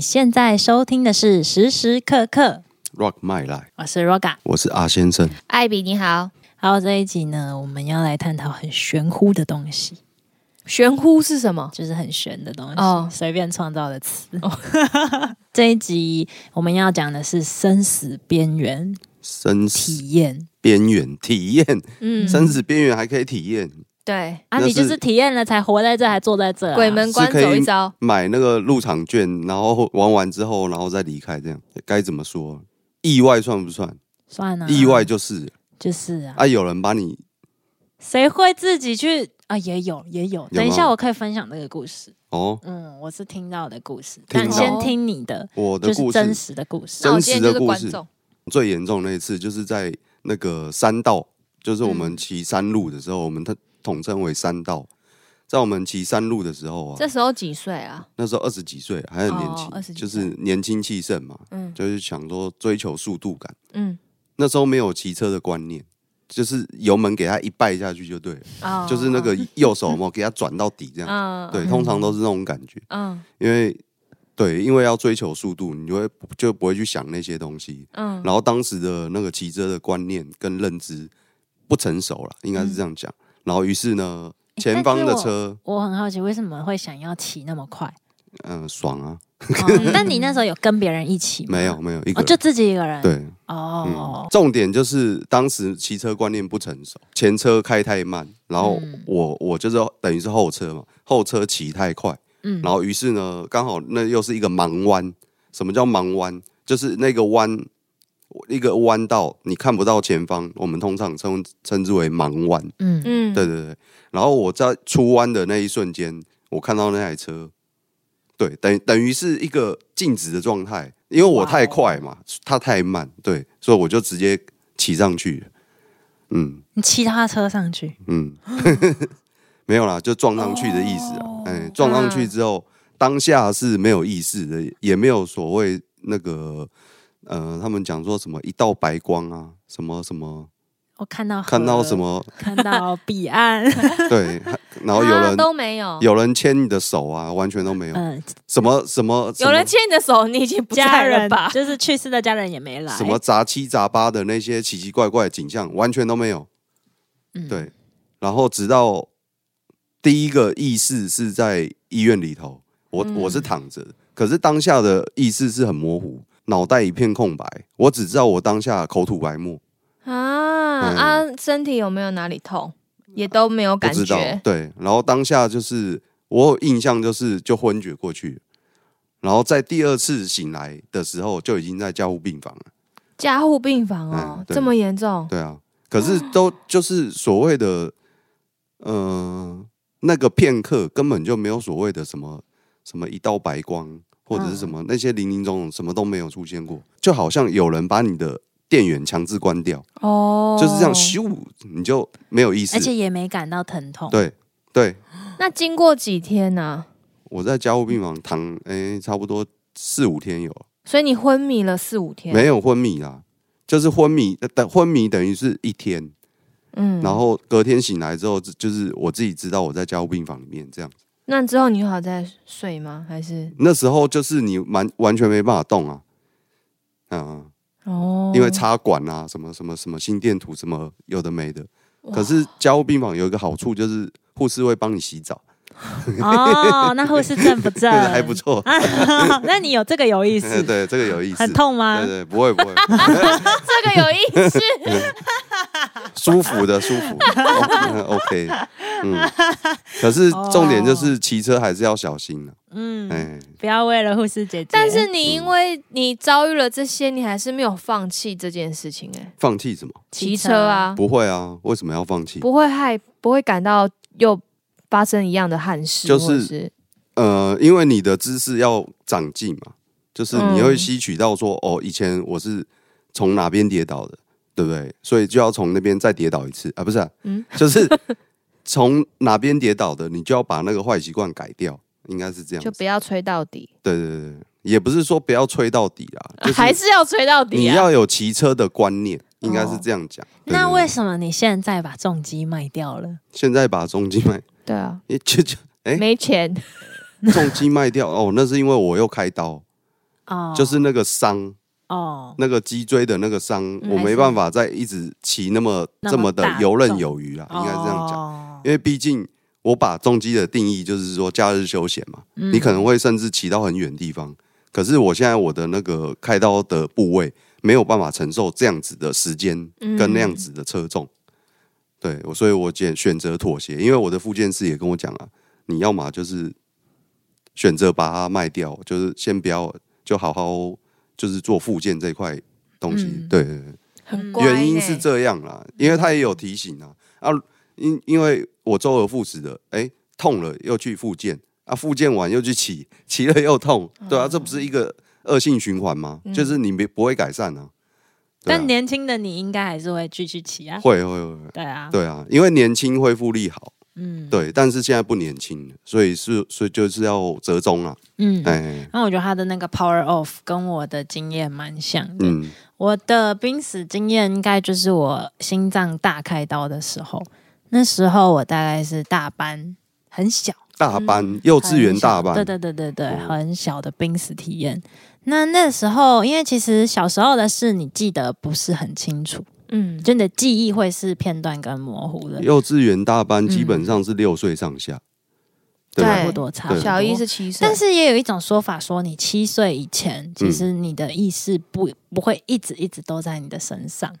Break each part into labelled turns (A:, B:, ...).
A: 现在收听的是时时刻刻，
B: Rock My Life，
A: 我是 Roga。
B: 我是阿先生。
C: 艾比你好，
A: 好，这一集呢，我们要来探讨很玄乎的东西，
C: 玄乎是什么？
A: 就是很玄的东西，
C: 哦
A: 随便创造的词。 这一集我们要讲的是生死边缘
B: 生死
A: 体验。
B: 边缘体验，
C: 嗯，
B: 生死边缘还可以体验，
C: 对，
A: 啊，
B: 那
A: 你就是
B: 是
A: 体验了才活在这，还坐在这、啊。
C: 鬼门关
B: 是可以
C: 走一遭，
B: 买那个入场券，然后玩完之后，然后再离开，这样该怎么说？意外算不算？
A: 算
C: 嗯
A: 了、
B: 意外就是
A: 就是啊，
B: 啊，有人把你
A: 谁会自己去啊？也有也有，
B: 有
A: 等一下
B: 吗
A: 我可以分享这个故事。
B: 哦，
A: 嗯，我是听到的故事，
B: 听
A: 但先
C: 到
A: 听你的，
B: 我
A: 就
B: 的
A: 是
B: 故
A: 真
B: 事
A: 实的故事。
C: 那
B: 真
C: 我哦今
B: 实
C: 天就
B: 的
C: 是
B: 故
C: 观
B: 事
C: 众，
B: 最严重那一次，就是在那个山道，就是我们
C: 嗯
B: 骑山路的时候，我们它统称为山道。在我们骑山路的时候啊
C: 这，时候几岁啊？
B: 那时候二十几岁，还很年
C: 哦
B: 轻，
C: 二十几
B: 就是年轻气盛嘛，
C: 嗯
B: 就是想说追求速度感。
C: 嗯
B: 那时候没有骑车的观念，就是油门给它一拜下去就对了，
A: 哦
C: 啊
B: 就是那个右手嘛，给它转到底这样。
C: 嗯
B: 对，通常都是那种感觉，
C: 嗯
B: 因为对，因为要追求速度，你就会就不会去想那些东西。
C: 嗯
B: 然后当时的那个骑车的观念跟认知不成熟了，应该是这样讲。然后于是呢，
A: 嗯诶
B: 前方的
A: 但是
B: 车，
A: 我很好奇，为什么会想要骑那么 快？
B: 嗯、爽啊，
A: 哦但你那时候有跟别人一起吗？
B: 没有，没有一
A: 哦，
B: 个
A: 就
B: 人。
A: 自己一个人。，
B: 对，
A: 哦，
B: 重点就是当时骑车观念不成熟，前车开太慢，然后
A: 嗯
B: 我我就是等于是后车嘛，后车骑太快，
A: 嗯
B: 然后于是呢，刚好那又是一个盲弯。什么叫盲弯？就是那个弯，一个弯道，你看不到前方，我们通常称称之为盲弯。
A: 嗯，
C: 嗯
B: 对对对。然后我在出弯的那一瞬间，我看到那台车，对，等等于是一个静止的状态，因为我太快嘛，它太慢，对，所以我就直接骑上去了。嗯
A: 你骑他车上去，
B: 嗯，没有啦，就撞上去的意思啊。
A: 哦
B: 哎、撞上去之后，当下是没有意识的，也没有所谓那个。呃，他们讲说什么一道白光啊，什么什么，
A: 我看到河
B: 看到什，么
A: 看到彼 岸，
B: 对，然后有
C: 啊
B: 人
C: 都没有，
B: 有人牵你的手啊，完全都没有。
A: 嗯，
B: 什么什么
C: 有人牵你的手，你已经不
A: 家
C: 在了
A: 人
C: 吧？
A: 就是去世的家人也没来，
B: 什么杂七杂八的那些奇奇怪怪的景象，完全都没有。
A: 嗯
B: 对，然后直到第一个意识是在医院里头，我、
C: 嗯
B: 我是躺着的，可是当下的意识是很模糊，脑袋一片空白，我只知道我当下口吐白沫，
C: 啊
B: 嗯
C: 啊，身体有没有哪里痛？也都没有
B: 不
C: 感
B: 知道
C: 觉。
B: 对，然后当下就是我有印象就是就昏厥过去了，然后在第二次醒来的时候就已经在加护病房了。
C: 加护病房哦
B: 嗯，对
C: 这么严重？
B: 对啊，可是都就是所谓的，呃，那个片刻根本就没有所谓的什么什么一道白光，或者是什么、那些零零总总什么都没有出现过，就好像有人把你的电源强制关掉，
C: 哦，
B: 就是这样咻你就没有意思
A: 而。且也没感到疼痛，
B: 对对，
C: 那经过几天呢？
B: 我在加护病房躺，诶，差不多四五天有，
C: 所以你昏迷了四五天？
B: 没，有昏迷啦，就是昏迷，呃等昏迷等于是一天，
C: 嗯
B: 然后隔天醒来之后，就就是我自己知道我在加护病房里面这样。
C: 那之后你有好再睡吗？还是
B: 那时候就是你完完全没办法动啊，嗯，
C: 哦
B: 因为插管啊，什么什么什么心电图，什么有的没的。
C: 哇
B: 可是加护病房有一个好处就是护士会帮你洗澡，
A: 哦，那护士正不正？
B: 对， 还不错。
A: 那你有这个有意思，
B: 对，这个有意思
A: 哎很。痛吗
B: 对？对，不会不会，
C: 这个有 意思，
B: 舒服的舒服哦，OK，嗯。可是重点就是骑车还是要小心了、
A: 哦嗯，
B: 哎，
A: 不要为了护士姐姐，
C: 但是你因为你遭遇了这些，你还是没有放弃这件事情哎、
B: 放弃什么？
C: 骑车，啊，
B: 不会啊，为什么要放弃？
C: 不会害，不会感到又发生一样的憾事，
B: 就是
C: 或者是
B: 呃，因为你的知识要长进嘛，就是你会
C: 嗯
B: 吸取到说，哦，以前我是从哪边跌倒的，对不对？所以就要从那边再跌倒一次啊，不是啊、
C: 嗯
B: 就是从哪边跌倒的，你就要把那个坏习惯改掉，应该是这样
C: 就
B: 子。
C: 不要吹到底，
B: 对对对，对也不是说不要吹到底啦，就
C: 呃还
B: 是
C: 是要吹到
B: 你
C: 底啊。
B: 要有骑车的观念，应该是
C: 哦
B: 这样讲。对
A: 那
B: 对
A: 为
B: 对
A: 什么你现在把重机卖掉了？
B: 现在把重机卖，
C: 对啊，
B: 就就哎，
C: 没钱
B: 重机卖掉哦，那是因为我又开刀。
A: 哦，
B: 就是那个伤，
A: 哦，
B: 那个脊椎的那个伤，
C: 嗯
B: 我
C: 还
B: 没
C: 是
B: 办法再一直骑那么
A: 那
B: 这
A: 么
B: 么的
A: 大
B: 游刃
A: 重哦
B: 有余啦，应该是这样讲。
A: 讲
B: 因为毕竟我把重机的定义就是说假日休闲嘛，你可能会甚至骑到很远的地方。可是我现在我的那个开刀的部位没有办法承受这样子的时间跟那样子的车重，对我，所以我选选择妥协，因为我的复健师也跟我讲啊，你要么就是选择把它卖掉，就是先不要，就好好就是做复健这块东西，
A: 嗯
B: 对对对。
C: 很
A: 嗯
C: 乖、欸
B: 原因是，这样啦，因为他也有提醒啊啊，因因为我周而复始的，哎、痛了又去复健啊，复健完又去骑，骑了又痛，对啊，这不是一个恶性循环吗？
C: 嗯
B: 就是你没不会改善啊，对啊
A: 但年轻的你应该还是会继续骑啊，
B: 会会会，
A: 对啊，
B: 对啊，因为年轻恢复力好，
A: 嗯，，
B: 对，但是现在不年轻了，所以是所以就是要折中啊，
A: 嗯。
B: 哎、
A: 那我觉得他的那个 power off 跟我的经验蛮像的。
B: 嗯
A: 我的濒死经验应该就是我心脏大开刀的时候，那时候我大概是大班，很小，
B: 大班
C: 嗯
B: 幼稚园大班，
A: 很小对对对对对，
B: 嗯
A: 很小的濒死体验。那那时候，因为其实小时候的事你记得不是很清楚，
C: 嗯，
A: 就你的记忆会是片段跟模糊的，
B: 幼稚园大
A: 嗯
B: 班基本上是六岁上下，对吧
A: 差不多差不多。
B: 对
C: 小一是七岁，
A: 但是也有一种说法说，你七岁以前，其
B: 嗯
A: 实你的意识不不会一直一直都在你的身上。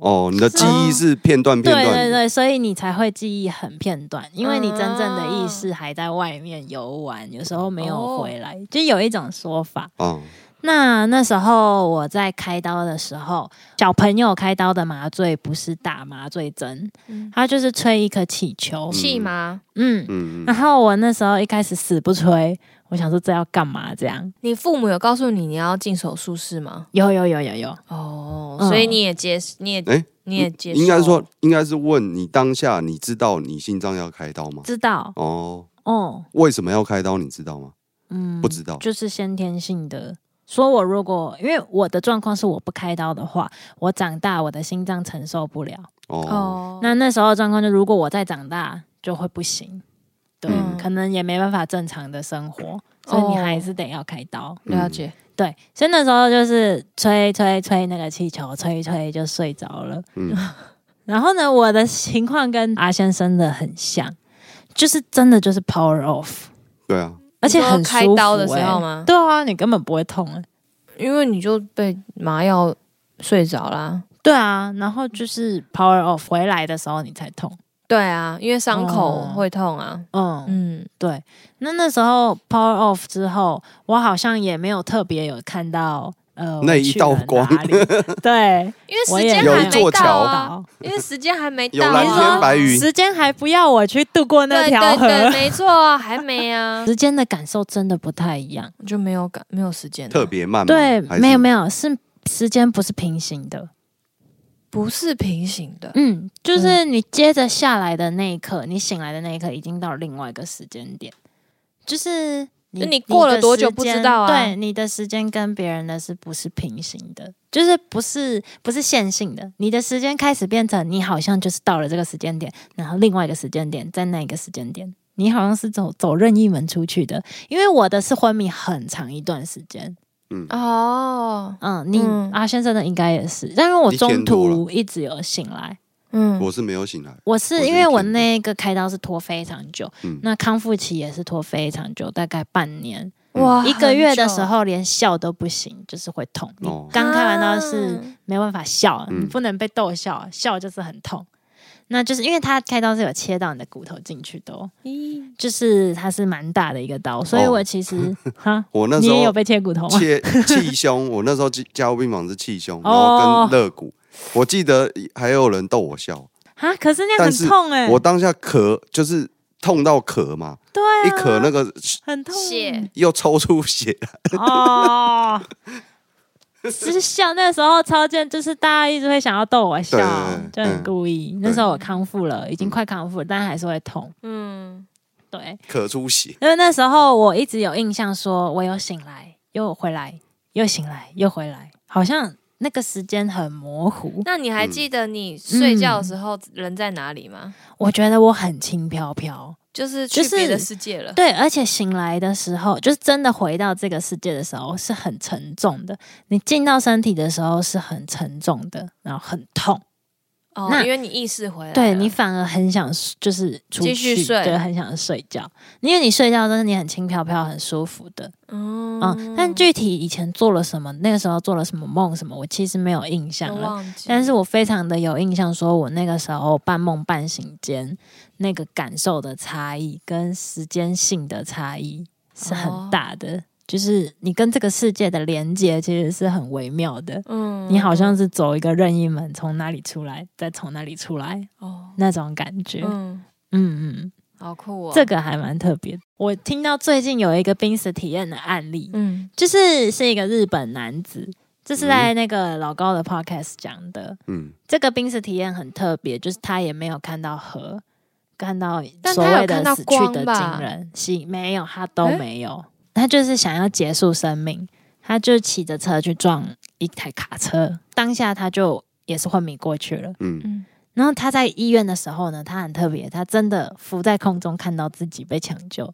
B: 哦，你的记忆是片段
A: 嗯
B: 片
A: 对
B: 段的，
A: 对对，所以你才会记忆很片段，因为你真正的意识还在外面游玩，有时候没有回来，就有一种说法。
B: 啊。
A: 那那时候我在开刀的时候，小朋友开刀的麻醉不是打麻醉针，
C: 嗯
A: 他就是吹一颗气球，
C: 气吗？
A: 嗯。
B: 嗯，
A: 然后我那时候一开始死不吹，我想说这要干嘛？这样
C: 你父母有告诉你你要进手术室吗？
A: 有有有有有，
C: 哦，
A: 嗯
C: 所以你也接，你也
B: 哎
C: 你也接受，
B: 应该说，应该是问你当下你知道你心脏要开刀吗？
A: 知道
B: 哦，
A: 哦，
B: 为什么要开刀？你知道吗？
A: 嗯，
B: 不知
C: 哦
B: 道
A: 就是先天性的。说我如果因为我的状况是我不开刀的话，我长大我的心脏承受不了。
B: 哦，
C: 哦，
A: 那那时候的状况就如果我再长大就会不行，对，
B: 嗯
A: 可能也没办法正常的生活，所以你
C: 哦
A: 还是得要开刀。
C: 了解，
A: 对，所以那时候就是吹吹吹那个气球，吹一吹就睡着了。
B: 嗯，
A: 然后呢，我的情况跟阿先生的很像，就是真的就是 power off，
B: 对啊，
A: 而且
C: 你说
A: 很
C: 开
A: 舒服
C: 刀的时候
A: 欸
C: 吗
A: 对啊，你根本不会痛哎、
C: 因为你就被麻药睡着啦。
A: 对啊，然后就是 power off 回来的时候你才痛。
C: 对啊，因为伤口
A: 哦
C: 会痛啊。
A: 嗯，
C: 嗯，
A: 对。那那时候 power off 之后，我好像也没有特别有看到呃
B: 那一道光，
A: 我去了哪里 对，
C: 因为
A: 我
C: 时
A: 也
C: 间
A: 没
B: 有
C: 还
B: 一座
C: 没
B: 桥
C: 到啊，因为时间还没
B: 有
C: 到
B: 蓝天
C: 啊。
B: 白云，
A: 时间还不要我去度过那
C: 对
A: 条
C: 对对，
A: 河。
C: 没错，还 没啊，
A: 时间的感受真的不太一样，
C: 就没有感，没有时间啊，
B: 特别慢吗，
A: 对，
B: 还是
A: 没有没有，是时间不是平行的，
C: 不是平行的。
A: 嗯，就是你接着下来的那一刻，你醒来的那一刻已经到另外一个时间点，就是你
C: 你过了多久不知道啊
A: 你的时间对，你的时间跟别人的是不是平行的？就是不是不是线性的，你的时间开始变成你好像就是到了这个时间点，然后另外一个时间点，在那一个时间点，你好像是走走任意门出去的。因为我的是昏迷很长一段时间，
B: 嗯
C: 哦，
A: 嗯，你、
C: 嗯
A: 阿先生的应该也是，但是我
B: 一天
A: 中
B: 多
A: 途一直有醒来。
C: 嗯，
B: 我是没有醒来，
A: 我
B: 我
A: 是
B: 是
A: 因为我
B: 一天
A: 那个开刀是拖非常久，
B: 嗯
A: 那康复期也是拖非常久，大概半年，
B: 嗯
C: 哇，
A: 一个月的时
C: 很久，
A: 候连笑都不行，就是会痛。你
B: 哦
A: 刚开完刀是
C: 啊
A: 没办法笑，
B: 嗯
A: 你不能被逗笑，笑就是很痛。那就是因为他开刀是有切到你的骨头进去的、哦，
C: 咦
A: 就是它是蛮大的一个刀，所以
B: 哦
A: 我 其实、哈，
B: 我那
A: 你
B: 时
A: 也有
B: 候
A: 被切骨头吗？
B: 切气胸， 我那时候加加护病房是气胸，然
A: 哦
B: 后跟肋骨，我记得还有人逗我笑，
A: 哈，可是那样
B: 但
A: 很
B: 是
A: 痛哎、
B: 我当下咳就是痛到咳嘛，
A: 对啊，
B: 一咳那个
A: 很痛欸
C: 血
B: 又抽出血来，
A: 哦， 就是笑那时候超贱，就是大家一直会想要逗我笑
B: 对对，
A: 就
B: 对
A: 很故意。那时候我康复了，已经
B: 嗯
A: 快康复了，但还是会痛。
C: 嗯，
A: 对，
B: 咳出血，
A: 因为那时候我一直有印象，说我有醒来，又回来，又醒来，又回来，好像那个时间很模糊。
C: 那你还
B: 嗯
A: 嗯
C: 记得你睡觉的时候人在哪里吗？
A: 我觉得我很轻飘飘，
C: 就是
A: 就
C: 去
A: 是
C: 别的世界了。
A: 对，而且醒来的时候，就是真的回到这个世界的时候是很沉重的。你进到身体的时候是很沉重的，然后很痛，
C: 哦
A: 那，
C: 因为你意识回来了，
A: 对你反而很想睡就是出
C: 继
A: 去，
C: 续睡
A: 对，很想睡觉，因为你睡觉真的你很轻飘飘，很舒服的。
C: 嗯
A: 嗯，但具体以前做了什么，那个时候做了什么梦什么，我其实没有印象
C: 都
A: 了。
C: 忘记，
A: 但是我非常的有印象，说我那个时候半梦半醒间那个感受的差异跟时间性的差异是
C: 哦
A: 很大的，就是你跟这个世界的连接其实是很微妙的。
C: 嗯
A: 你好像是走一个任意门，从哪里出来，再从哪里出来，
C: 哦，
A: 那种感觉。嗯
C: 嗯，
A: 嗯，
C: 好酷哦，
A: 这个还蛮特别的。我听到最近有一个濒死体验的案例，
C: 嗯
A: 就是是一个日本男子，这是在那个老高的 podcast 讲的。
B: 嗯，
A: 这个濒死体验很特别，就是他也没有看到河，看到
C: 但
A: 所
C: 他有
A: 谓
C: 看
A: 的
C: 到
A: 死去的
C: 光吧
A: 亲人，是没有，他都
C: 诶
A: 没有，他就是想要结束生命，他就骑着车去撞一台卡车，当下他就也是昏迷过去了。
B: 嗯，
C: 嗯，
A: 然后他在医院的时候呢，他很特别，他真的浮在空中看到自己被抢救。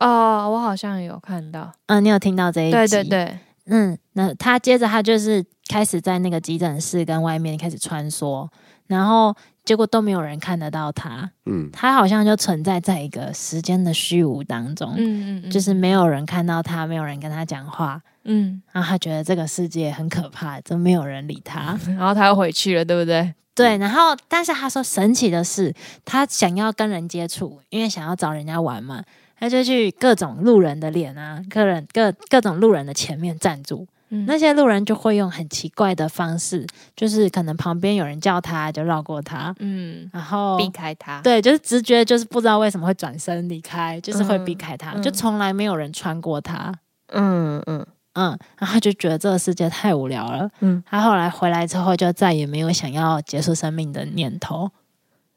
C: 哦，我好像有看到，
A: 嗯，你有听到这一集？
C: 对对对，
A: 嗯，那他接着他就是开始在那个急诊室跟外面开始穿梭，然后结果都没有人看得到他，
B: 嗯，
A: 他好像就存在在一个时间的虚无当中，
C: 嗯嗯嗯，
A: 就是没有人看到他，没有人跟他讲话，
C: 嗯，
A: 然后他觉得这个世界很可怕，就没有人理他。
C: 然后他又回去了，对不对？
A: 对，然后但是他说神奇的是，他想要跟人接触，因为想要找人家玩嘛，他就去各种路人的脸啊，各人各各种路人的前面站住，
C: 嗯
A: 那些路人就会用很奇怪的方式，就是可能旁边有人叫他，就绕过他，
C: 嗯，
A: 然后
C: 避开他，
A: 哦对，就是直觉就是不知道为什么会转身离开，就是会
C: 嗯
A: 避开他，
C: 嗯
A: 就从来没有人穿过他。
C: 嗯嗯
A: 嗯，然后他就觉得这个世界太无聊了。
C: 嗯，
A: 他后来回来之后，就再也没有想要结束生命的念头。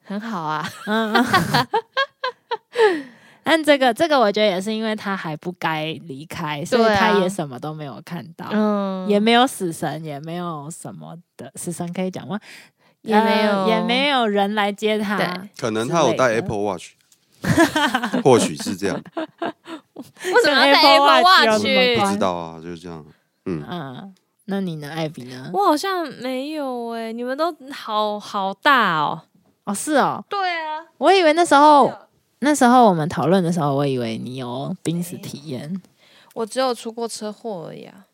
C: 很好啊，
A: 嗯， 但这个这个，我觉得也是因为他还不该离开，所以
C: 对啊
A: 他也什么都没有看到。
C: 嗯
A: 也没有死神，也没有什么的，死神可以讲吗？
C: 也没
A: 呃
C: 有
A: 也没有人来接他
C: 对。
B: 可能他有
A: 之类
B: 戴
A: 的
B: Apple Watch，或许是这样，
C: 为什么要戴
A: 跟 Apple
C: Apple
A: Watch 有
C: Watch？
A: 什么
B: 不
A: 关
B: 知道啊，就是这样。嗯，
A: 嗯，那你呢，艾比呢？
C: 我好像没有哎、你们都好好大哦。
A: 哦，是哦，
C: 对啊，
A: 我以为那时候那时候我们讨论的时候，我以为你有濒死体验。
C: 我只有出过车祸而已啊。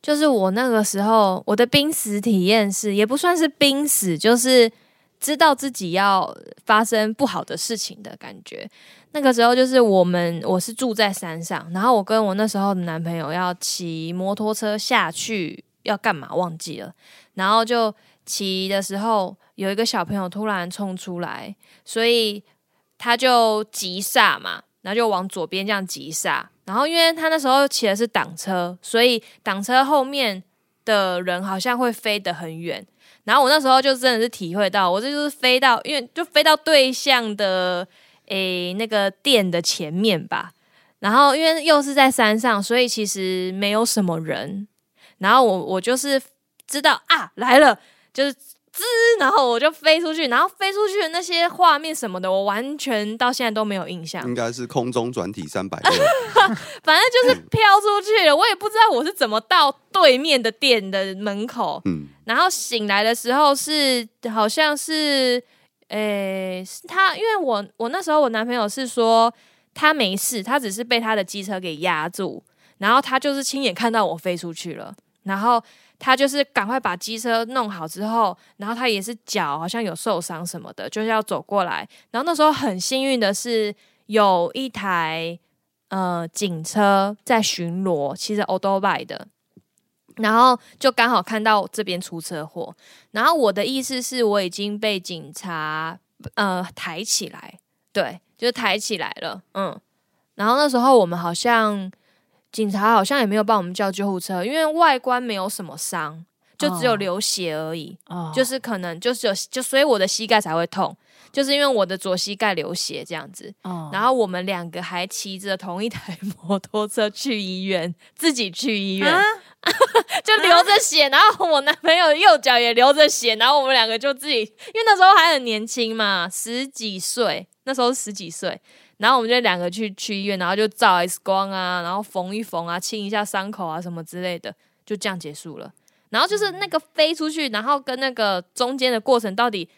C: 就是我那个时候，我的濒死体验是，也不算是濒死，就是知道自己要发生不好的事情的感觉。那个时候就是我们，我是住在山上，然后我跟我那时候的男朋友要骑摩托车下去，要干嘛忘记了。然后就骑的时候，有一个小朋友突然冲出来，所以他就急刹嘛，然后就往左边这样急刹。然后因为他那时候骑的是挡车，所以挡车后面的人好像会飞得很远。然后我那时候就真的是体会到，我这就是飞到，因为就飞到对象的诶那个店的前面吧。然后因为又是在山上，所以其实没有什么人。然后我我就是知道啊来了，就是然后我就飞出去，然后飞出去的那些画面什么的，我完全到现在都没有印象
B: 应。该是空中转体 三百六，
C: 反正就是飘出去了，我也不知道我是怎么到对面的店的门口。
B: 嗯，
C: 然后醒来的时候是好像是，诶、是他因为我我那时候我男朋友是说他没事，他只是被他的机车给压住，然后他就是亲眼看到我飞出去了，然后他就是赶快把机车弄好之后，然后他也是脚好像有受伤什么的，就是要走过来，然后那时候很幸运的是有一台呃警车在巡逻，骑着 o d o b i 的，然后就刚好看到这边出车祸，然后我的意思是我已经被警察呃抬起来，对，就是抬起来了，嗯，然后那时候我们好像警察好像也没有帮我们叫救护车，因为外观没有什么伤，就只有
A: 哦
C: 流血而已，
A: 哦，
C: 就是是可能就是有就所以我的膝盖才会痛，就是因为我的左膝盖流血这样子。
A: 哦，
C: 然后我们两个还骑着同一台 摩托车去医院，自己去医院、
A: 啊
C: 就流着血，然后我男朋友右脚也流着血，然后我们两个就自己，因为那时候还很年轻嘛，十几岁，那时候十几岁，然后我们就两个去去医院，然后就照 X 光啊，然后缝一缝啊，清一下伤口啊什么之类的，就这样结束了。然后就是那个飞出去，然后跟那个中间的过程到底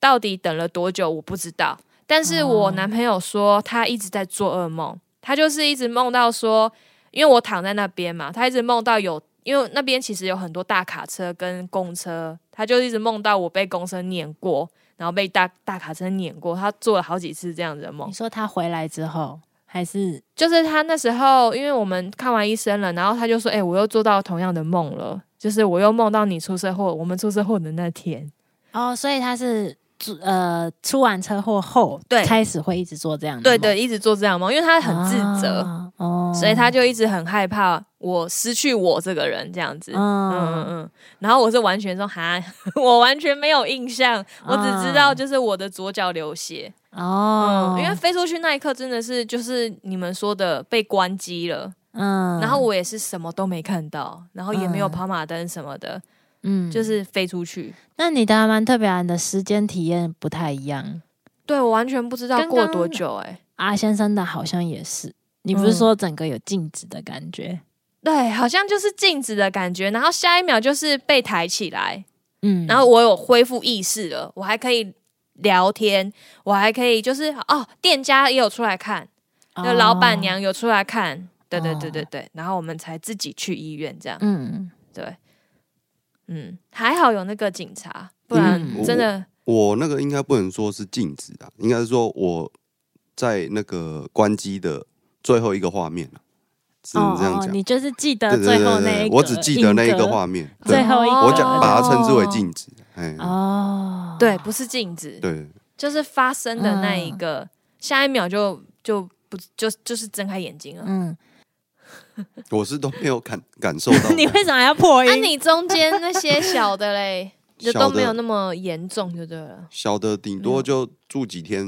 C: 到底等了多久，我不知道。但是我男朋友说他一直在做噩梦，他就是一直梦到说，因为我躺在那边嘛，他一直梦到有，因为那边其实有很多大卡车跟公车，他就一直梦到我被公车碾过，然后被大大卡车碾过，他做了好几次这样子的梦
A: 你。说他回来之后，还是
C: 就是他那时候，因为我们看完医生了，然后他就说：“哎、我又做到同样的梦了，就是我又梦到你出车祸，我们出车祸的那天。
A: 哦，所以他是出呃出完车祸后，
C: 对
A: 开始会一直做这样”的
C: 对
A: 梦，
C: 对，一直做这样的梦，因为他很自责，
A: 啊哦，
C: 所以他就一直很害怕我失去我这个人这样子。嗯嗯
A: 嗯
C: 嗯，然后我是完全说哈， 我完全没有印象，我只知道就是我的左脚流血，
A: 哦
C: 嗯，，因为飞出去那一刻真的是就是你们说的被关机了，
A: 嗯，
C: 然后我也是什么都没看到，然后也没有
A: 嗯
C: 跑马灯什么的，
A: 嗯
C: 就是飞出去。
A: 那你的还蛮特别啊，你的时间体验不太一样。
C: 对我完全不知道
A: 刚
C: 过
A: 刚
C: 多久哎、
A: 阿先生的好像也是，你
C: 嗯
A: 不是说整个有静止的感觉？
C: 对，好像就是静止的感觉，然后下一秒就是被抬起来，
A: 嗯，
C: 然后我有恢复意识了，我还可以聊天，我还可以就是哦，店家也有出来看，那
A: 哦
C: 老板，娘有出来看，对对对
A: 哦
C: 对对，然后我们才自己去医院这样，
A: 嗯，
C: 对，嗯，还好有那个警察，不然
A: 嗯
C: 真的。
B: 我那个应该不能说是静止啊，应该是说我在那个关机的最后一个画面啊只能
A: 哦
B: 这样
A: 哦
B: 讲。
A: 你就是记得
B: 对对
A: 最后
B: 对
A: 那
B: 对
A: 一
B: 对，
A: 格，
B: 我只记得那一
A: 影格
B: 个，画面，
A: 最
B: 对，
A: 后一格
B: 我讲把它称之为
C: 哦
B: 静止，哎，
A: 哦，
C: 对，不是静止，
B: 对，
C: 就是发生的那一个，下一秒就就不就就是睁开眼睛了。
A: 嗯，
B: 我是都没有感感受到 的。
A: 你为什么要破
C: 那、
A: 音？
C: 啊你中间那些小的嘞，就
B: 小
C: 都
B: 的
C: 没有那么严重，就对了，
B: 小的顶多就住几天，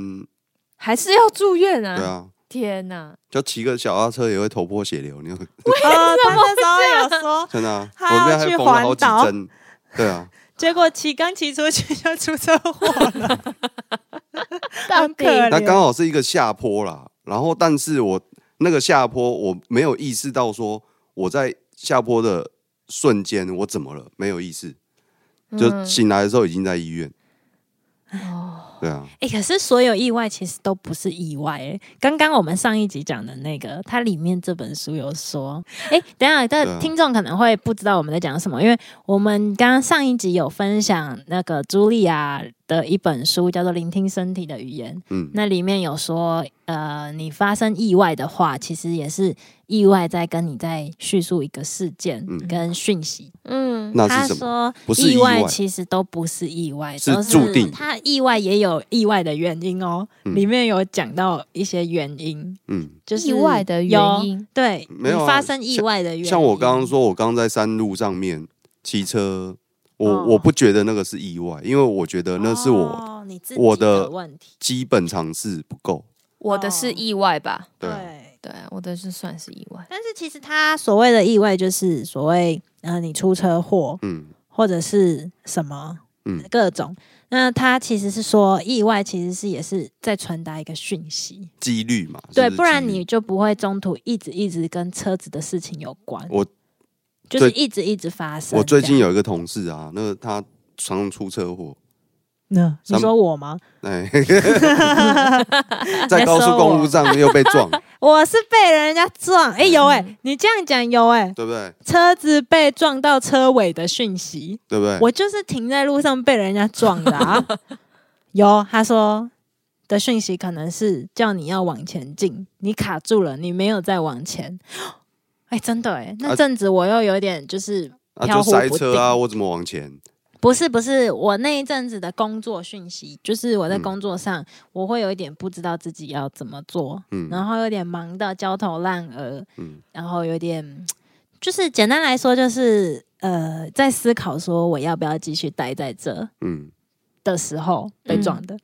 C: 还是要住院啊！
B: 对啊，
C: 天哪，
B: 就骑个小踏车也会头破血流，你会
A: 哦，他那时候有说，
B: 真的啊，我
A: 他要
B: 那边还
A: 去
B: 缝了好
A: 环
B: 几
A: 岛
B: 针，对 啊，
A: 结果骑刚骑出去就出车祸了，
C: 到
A: 很可怜
B: 那刚好是一个下坡啦，然后但是我那个下坡我没有意识到说我在下坡的瞬间我怎么了，没有意识，
A: 嗯
B: 就醒来的时候已经在医院，
C: 哦，
B: 对啊，
A: 哎、可是所有意外其实都不是意外、欸。刚刚我们上一集讲的那个，它里面这本书有说，哎、等一下，
B: 对
A: 但
B: 啊
A: 听众可能会不知道我们在讲什么，因为我们刚刚上一集有分享那个茱莉亚的一本书，叫做《聆听身体的语言》，
B: 嗯，
A: 那里面有说，呃，你发生意外的话，其实也是意外在跟你在叙述一个事件
B: 嗯
A: 跟讯息。
C: 嗯
B: 那
A: 他
B: 是什么？
A: 说，
B: 不是意
A: 外
B: 外
A: 其实都不是意外，
B: 是
A: 都
B: 注定
A: 他意外也有意外的原因哦，
B: 嗯
A: 里面有讲到一些原因，
B: 嗯，
A: 就是
C: 意外的原
A: 有，
C: 因，
A: 对，
B: 没有啊
A: 你发生意外的原因，
B: 像我刚刚，说，我刚在山路上面骑车，我、
A: 哦
B: 我不觉得那个是意外，因为我觉得那是我
A: 哦、你自己
B: 我
A: 的
B: 的
A: 问题，
B: 基本常识不够，
C: 我的是意外吧？
B: 对啊、
C: 对，我的是算是意外。
A: 但是其实他所谓的意外，就是所谓呃，你出车祸，
B: 嗯
A: 或者是什么，
B: 嗯
A: 各种。那他其实是说，意外其实是也是在传达一个讯息，
B: 几率嘛，
A: 对，
B: 就是
A: 不然
B: 几率
A: 你就不会中途一直一直跟车子的事情有关。
B: 我
A: 就是
B: 最
A: 一直一直发生这样。
B: 我最近有一个同事啊，那个他常常出车祸，
A: 那你
B: 三
A: 说我吗？
B: 哎， 在高速公路上又被 撞，
A: 我是被人家撞，哎、有哎、你这样讲有哎、
B: 对不对？
A: 车子被撞到车尾的讯息，
B: 对不对？
A: 我就是停在路上被人家撞的、 啊。有他说的讯息可能是叫你要往前进，你卡住了，你没有再往前。 哎、真的哎、那
B: 啊
A: 阵子我又有点就是
B: 啊，
A: 飘
B: 就
A: 忽
B: 塞
A: 不
B: 车
A: 定
B: 啊，我怎么往前？
A: 不是不是，我那一阵子的工作讯息，就是我在
B: 嗯
A: 工作上，我会有一点不知道自己要怎么做，
B: 嗯
A: 然后有点忙到焦头烂额，
B: 嗯
A: 然后有点，就是简单来说，就是呃，在思考说我要不要继续待在这
B: 嗯，
A: 的时候被撞的。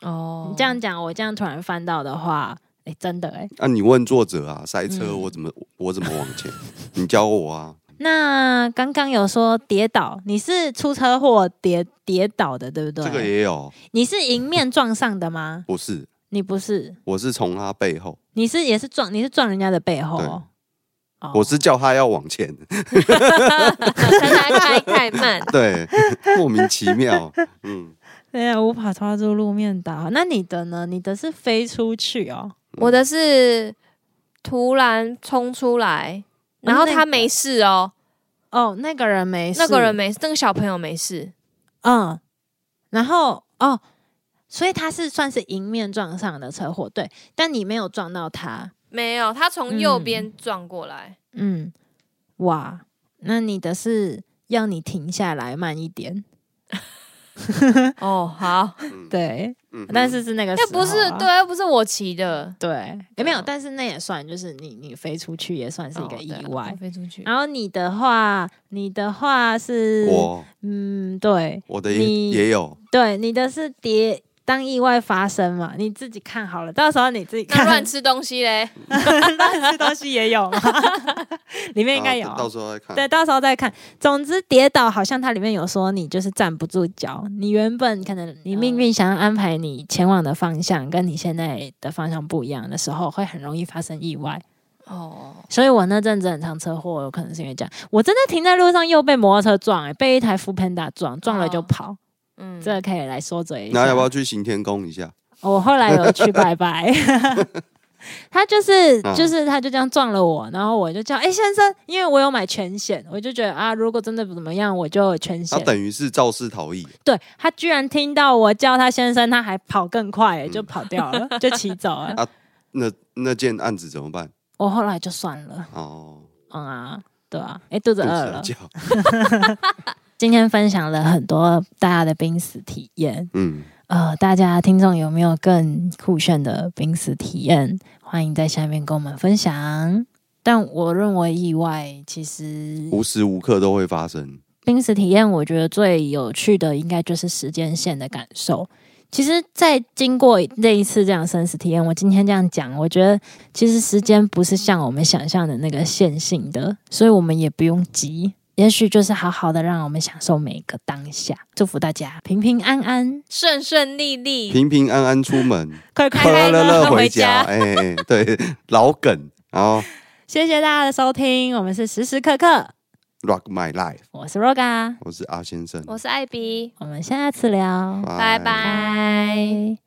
C: 哦
A: 你这样讲，我这样突然翻到的话，哎、真的哎、
B: 啊，你问作者啊，塞车
A: 嗯
B: 我怎么我怎么往 前？你教我啊，
A: 那刚刚有说跌倒，你是出车祸跌跌倒的，对不对？
B: 这个也有，
A: 你是迎面撞上的吗？
B: 不是
A: 你不是，
B: 我是从他背后，
A: 你是也是撞，你是撞人家的背后哦。哦
B: 我是叫他要往前，
C: 他开太慢，
B: 对，莫名其妙，嗯，
A: 对呀，无法抓住路面打。那你的呢？你的是飞出去哦，
C: 我的是突然冲出来，然后他没事哦，
A: 哦，那个人没事，
C: 那个人没事，那个小朋友没事，
A: 嗯，然后哦，所以他是算是迎面撞上的车祸，对，但你没有撞到他，
C: 没有，他从右边撞过来，
A: 嗯，哇，那你的是要你停下来慢一点，
C: 哦，好，
B: 嗯，
A: 对，
B: 嗯哼
A: 但是是那个时
C: 那
A: 候啊、
C: 不是对，又不是我骑的，
A: 对，也
C: 对
A: 没有，
C: 啊
A: 但是那也算，就是你你飞出去也算是一个
C: 哦
A: 意
C: 对啊
A: 外
C: 我。飞出去，
A: 然后你的话，你的话是，
B: 我
A: 嗯，对
B: 我的
A: 你
B: 也也有，
A: 对，你的是跌当意外发生嘛，你自己看好了，到时候你自己
C: 那
A: 看。
C: 乱吃东西嘞，
A: 乱吃东西也有吗？ 里 面应该有
B: 啊
A: 啊、
B: 到时候再看，
A: 对，到时候再看。总之，跌倒好像它里面有说，你就是站不住脚。你原本可能你命运想要安排你前往的方向，跟你现在的方向不一样的时候，会很容易发生意外。
C: 哦，
A: 所以我那阵子很常车祸，有可能是因为这样。我真的停在路上又被摩托车撞、欸，被一台 f o o Panda 撞，撞了就
C: 哦
A: 跑。
C: 嗯，
A: 这个可以来说嘴一下。哦
B: 那要不要去行天宫一下？
A: 我后来有去拜 拜。他就是
B: 嗯
A: 就是，他就这样撞了我，然后我就叫哎、先生，因为我有买全险，我就觉得啊，如果真的不怎么样，我就有全
B: 他
A: 险。
B: 等于是肇事逃逸，
A: 对他居然听到我叫他先生，他还跑更快、欸
B: 嗯
A: 就跑掉了，就骑走了。
B: 那那件案子怎么办？
A: 我后来就算了，
B: 哦，
A: 嗯啊，对啊，哎、肚子
B: 肚
A: 饿
B: 子
A: 了
B: 很。叫，
A: 今天分享了很多大家的濒死体验，
B: 嗯，
A: 呃，大家听众有没有更酷炫的濒死体验？欢迎在下面跟我们分享。但我认为意外，其实
B: 无时无刻都会发生，
A: 濒死体验，我觉得最有趣的应该就是时间线的感受。其实，在经过这一次这样的生死体验，我今天这样讲，我觉得其实时间不是像我们想象的那个线性的，所以我们也不用急。也许就是好好的让我们享受每一个当下。祝福大家平平安安，
C: 顺顺利利，
B: 平平安安出门，
A: 快
C: 开
B: 快
A: 快
B: 快
A: 乐
B: 乐
A: 乐！
B: 乐
C: 回
B: 回
C: 家
B: 家。哎，哎对，老梗，哦然后
A: 谢谢大家的收听，我们是时时刻刻，
B: Rock My Life，
A: 我是 Roga，
B: 我是阿先生，
C: 我是艾比，
A: 我们下次聊，
C: 拜拜。
A: 拜。